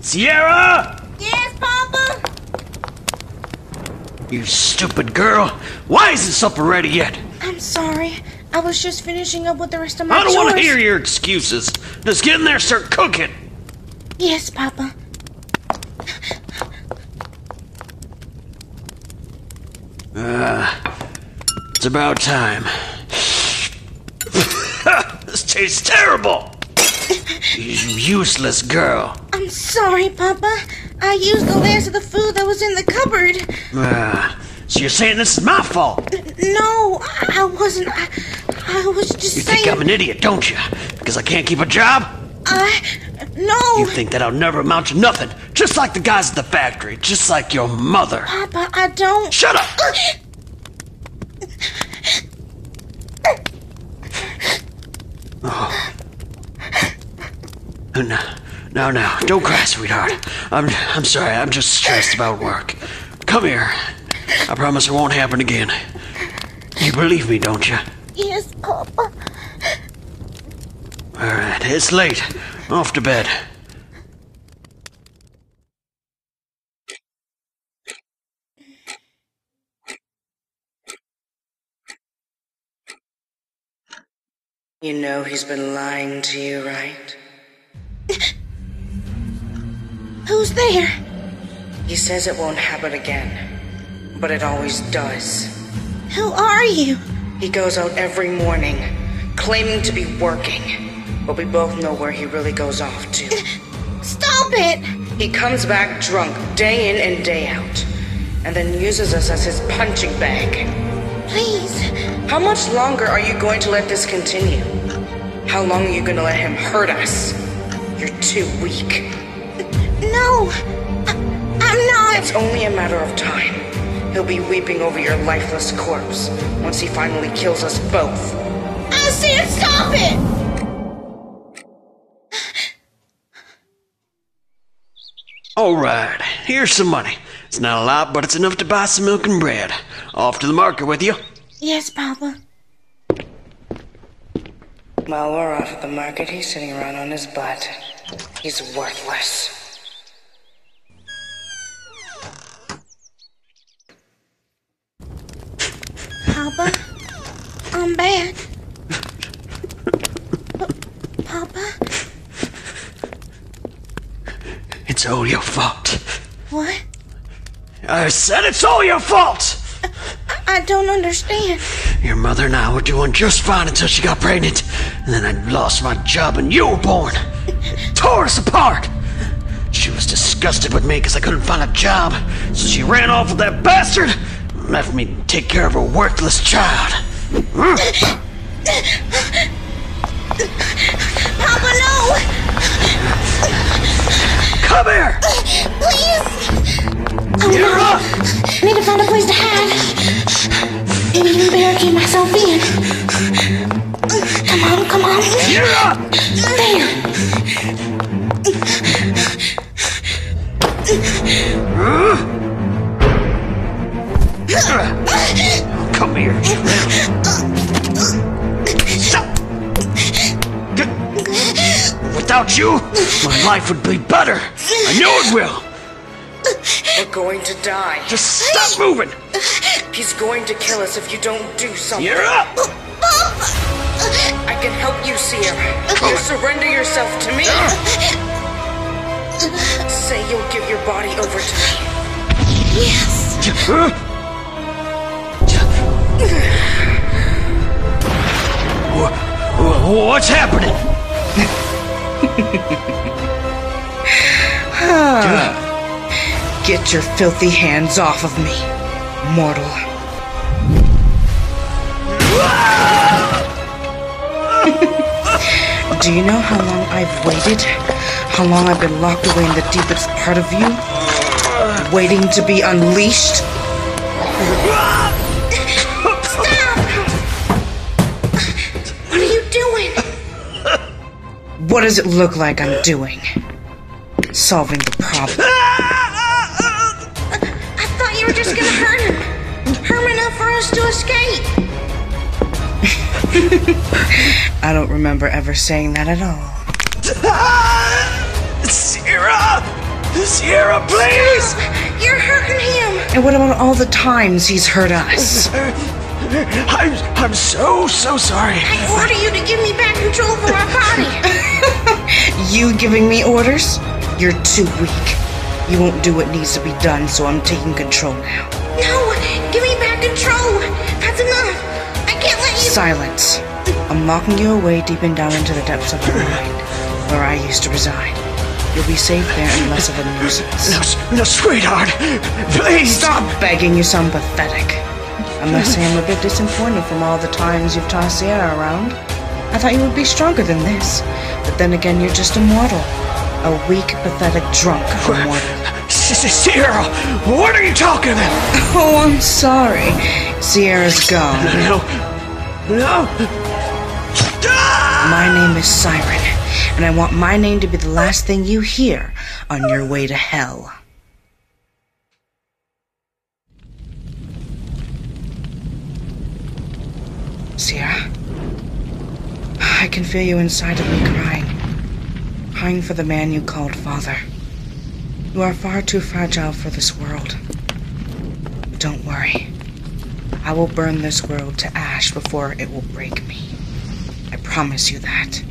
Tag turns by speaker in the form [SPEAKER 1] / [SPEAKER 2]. [SPEAKER 1] Sierra!
[SPEAKER 2] Yes, Papa?
[SPEAKER 1] You stupid girl! Why isn't supper ready yet?
[SPEAKER 2] I'm sorry. I was just finishing up with the rest of my
[SPEAKER 1] I don't want to
[SPEAKER 2] chores.
[SPEAKER 1] hear your excuses. Just get in there, and start cooking.
[SPEAKER 2] Yes, Papa.
[SPEAKER 1] It's about time. this tastes terrible. You useless girl.
[SPEAKER 2] I'm sorry, Papa. I used the last of the food that was in the cupboard.
[SPEAKER 1] Ah, so you're saying this is my fault?
[SPEAKER 2] No, I- I wasn't. I, I was just
[SPEAKER 1] You
[SPEAKER 2] saying.
[SPEAKER 1] think I'm an idiot, don't you? Because I can't keep a job?
[SPEAKER 2] I no,
[SPEAKER 1] You think that I'll never amount to nothing, just like the guys at the factory, just like your mother.
[SPEAKER 2] Papa. I don't.
[SPEAKER 1] Shut up! Oh. No, no, no. Don't cry, sweetheart. I'm, I'm sorry. I'm just stressed about work. Come here. I promise it won't happen again. You believe me, don't you?
[SPEAKER 2] Yes, Papa.
[SPEAKER 1] All right, it's late. Off to bed.
[SPEAKER 3] You know he's been lying to you, right?
[SPEAKER 2] Who's there?
[SPEAKER 3] He says it won't happen again, but it always does.
[SPEAKER 2] Who are you?
[SPEAKER 3] He goes out every morning, claiming to be working, but we both know where he really goes off to.
[SPEAKER 2] Stop it!
[SPEAKER 3] He comes back drunk day in and day out, and then uses us as his punching bag.
[SPEAKER 2] Please,
[SPEAKER 3] How much longer are you going to let this continue? How long are you going to let him hurt us? You're too weak.
[SPEAKER 2] no. I, I'm not.
[SPEAKER 3] It's only a matter of time. He'll be weeping over your lifeless corpse once he finally kills us both.
[SPEAKER 2] I said stop it.
[SPEAKER 1] All right, here's some money. It's not a lot, but it's enough to buy some milk and bread. Off to the market with you.
[SPEAKER 2] Yes, Papa.
[SPEAKER 3] While we're off at the market, he's sitting around on his butt. He's worthless.
[SPEAKER 2] Papa, I'm back. P- Papa,
[SPEAKER 1] It's all your fault.
[SPEAKER 2] what?
[SPEAKER 1] I said it's all your fault!
[SPEAKER 2] I don't understand.
[SPEAKER 1] Your mother and I were doing just fine until she got pregnant. And then I lost my job and you were born. It tore us apart. She was disgusted with me because I couldn't find a job. So she ran off with that bastard and left me to take care of her worthless child.
[SPEAKER 2] Papa, no!
[SPEAKER 1] Come here!
[SPEAKER 2] Please! Oh,
[SPEAKER 1] You're up!
[SPEAKER 2] I need to find a place to hide. And even barricade myself in. Come on, come on.
[SPEAKER 1] You're up!
[SPEAKER 2] There!
[SPEAKER 1] Come here. Stop! Without you, my life would be better. I know it will.
[SPEAKER 3] We're going to die.
[SPEAKER 1] Just stop moving.
[SPEAKER 3] He's going to kill us if you don't do something.
[SPEAKER 1] You're up.
[SPEAKER 3] I can help you, Sierra. Surrender yourself to me. Say you'll give your body over to me.
[SPEAKER 2] Yes!
[SPEAKER 1] Wha- wha- What's happening?
[SPEAKER 3] Get your filthy hands off of me, mortal. Do you know how long I've waited? How long I've been locked away in the deepest part of you? Waiting to be unleashed?
[SPEAKER 2] What are you doing?
[SPEAKER 3] What does it look like I'm doing? Solving the problem.
[SPEAKER 2] I thought you were just gonna hurt him. Hurt him enough for us to escape.
[SPEAKER 3] I don't remember ever saying that at all.
[SPEAKER 1] Sarah! Sierra, please!
[SPEAKER 2] You're hurting him.
[SPEAKER 3] And what about all the times he's hurt us?
[SPEAKER 1] I'm, I'm so, so sorry.
[SPEAKER 2] I order you to give me back control over my body.
[SPEAKER 3] You giving me orders? You're too weak. You won't do what needs to be done, so I'm taking control now.
[SPEAKER 2] No, give me back control. That's enough. I can't let you.
[SPEAKER 3] Silence. I'm locking you away deep and down into the depths of your mind, where I used to reside. You'll be safe there and less of a nuisance.
[SPEAKER 1] No, s- no, sweetheart, please
[SPEAKER 3] Stop begging, you sound pathetic. I must say I'm a bit disappointed from all the times you've tossed Sierra around. I thought you would be stronger than this, but then again, you're just a mortal. A weak, pathetic drunk of a mortal.
[SPEAKER 1] S- s- Sierra, what are you talking about?
[SPEAKER 3] Oh, I'm sorry. Sierra's gone.
[SPEAKER 1] No, no. Ah!
[SPEAKER 3] My name is Siren, and I want my name to be the last thing you hear on your way to hell. Sierra, I can feel you inside of me crying, crying for the man you called father. You are far too fragile for this world. But don't worry. I will burn this world to ash before it will break me. I promise you that.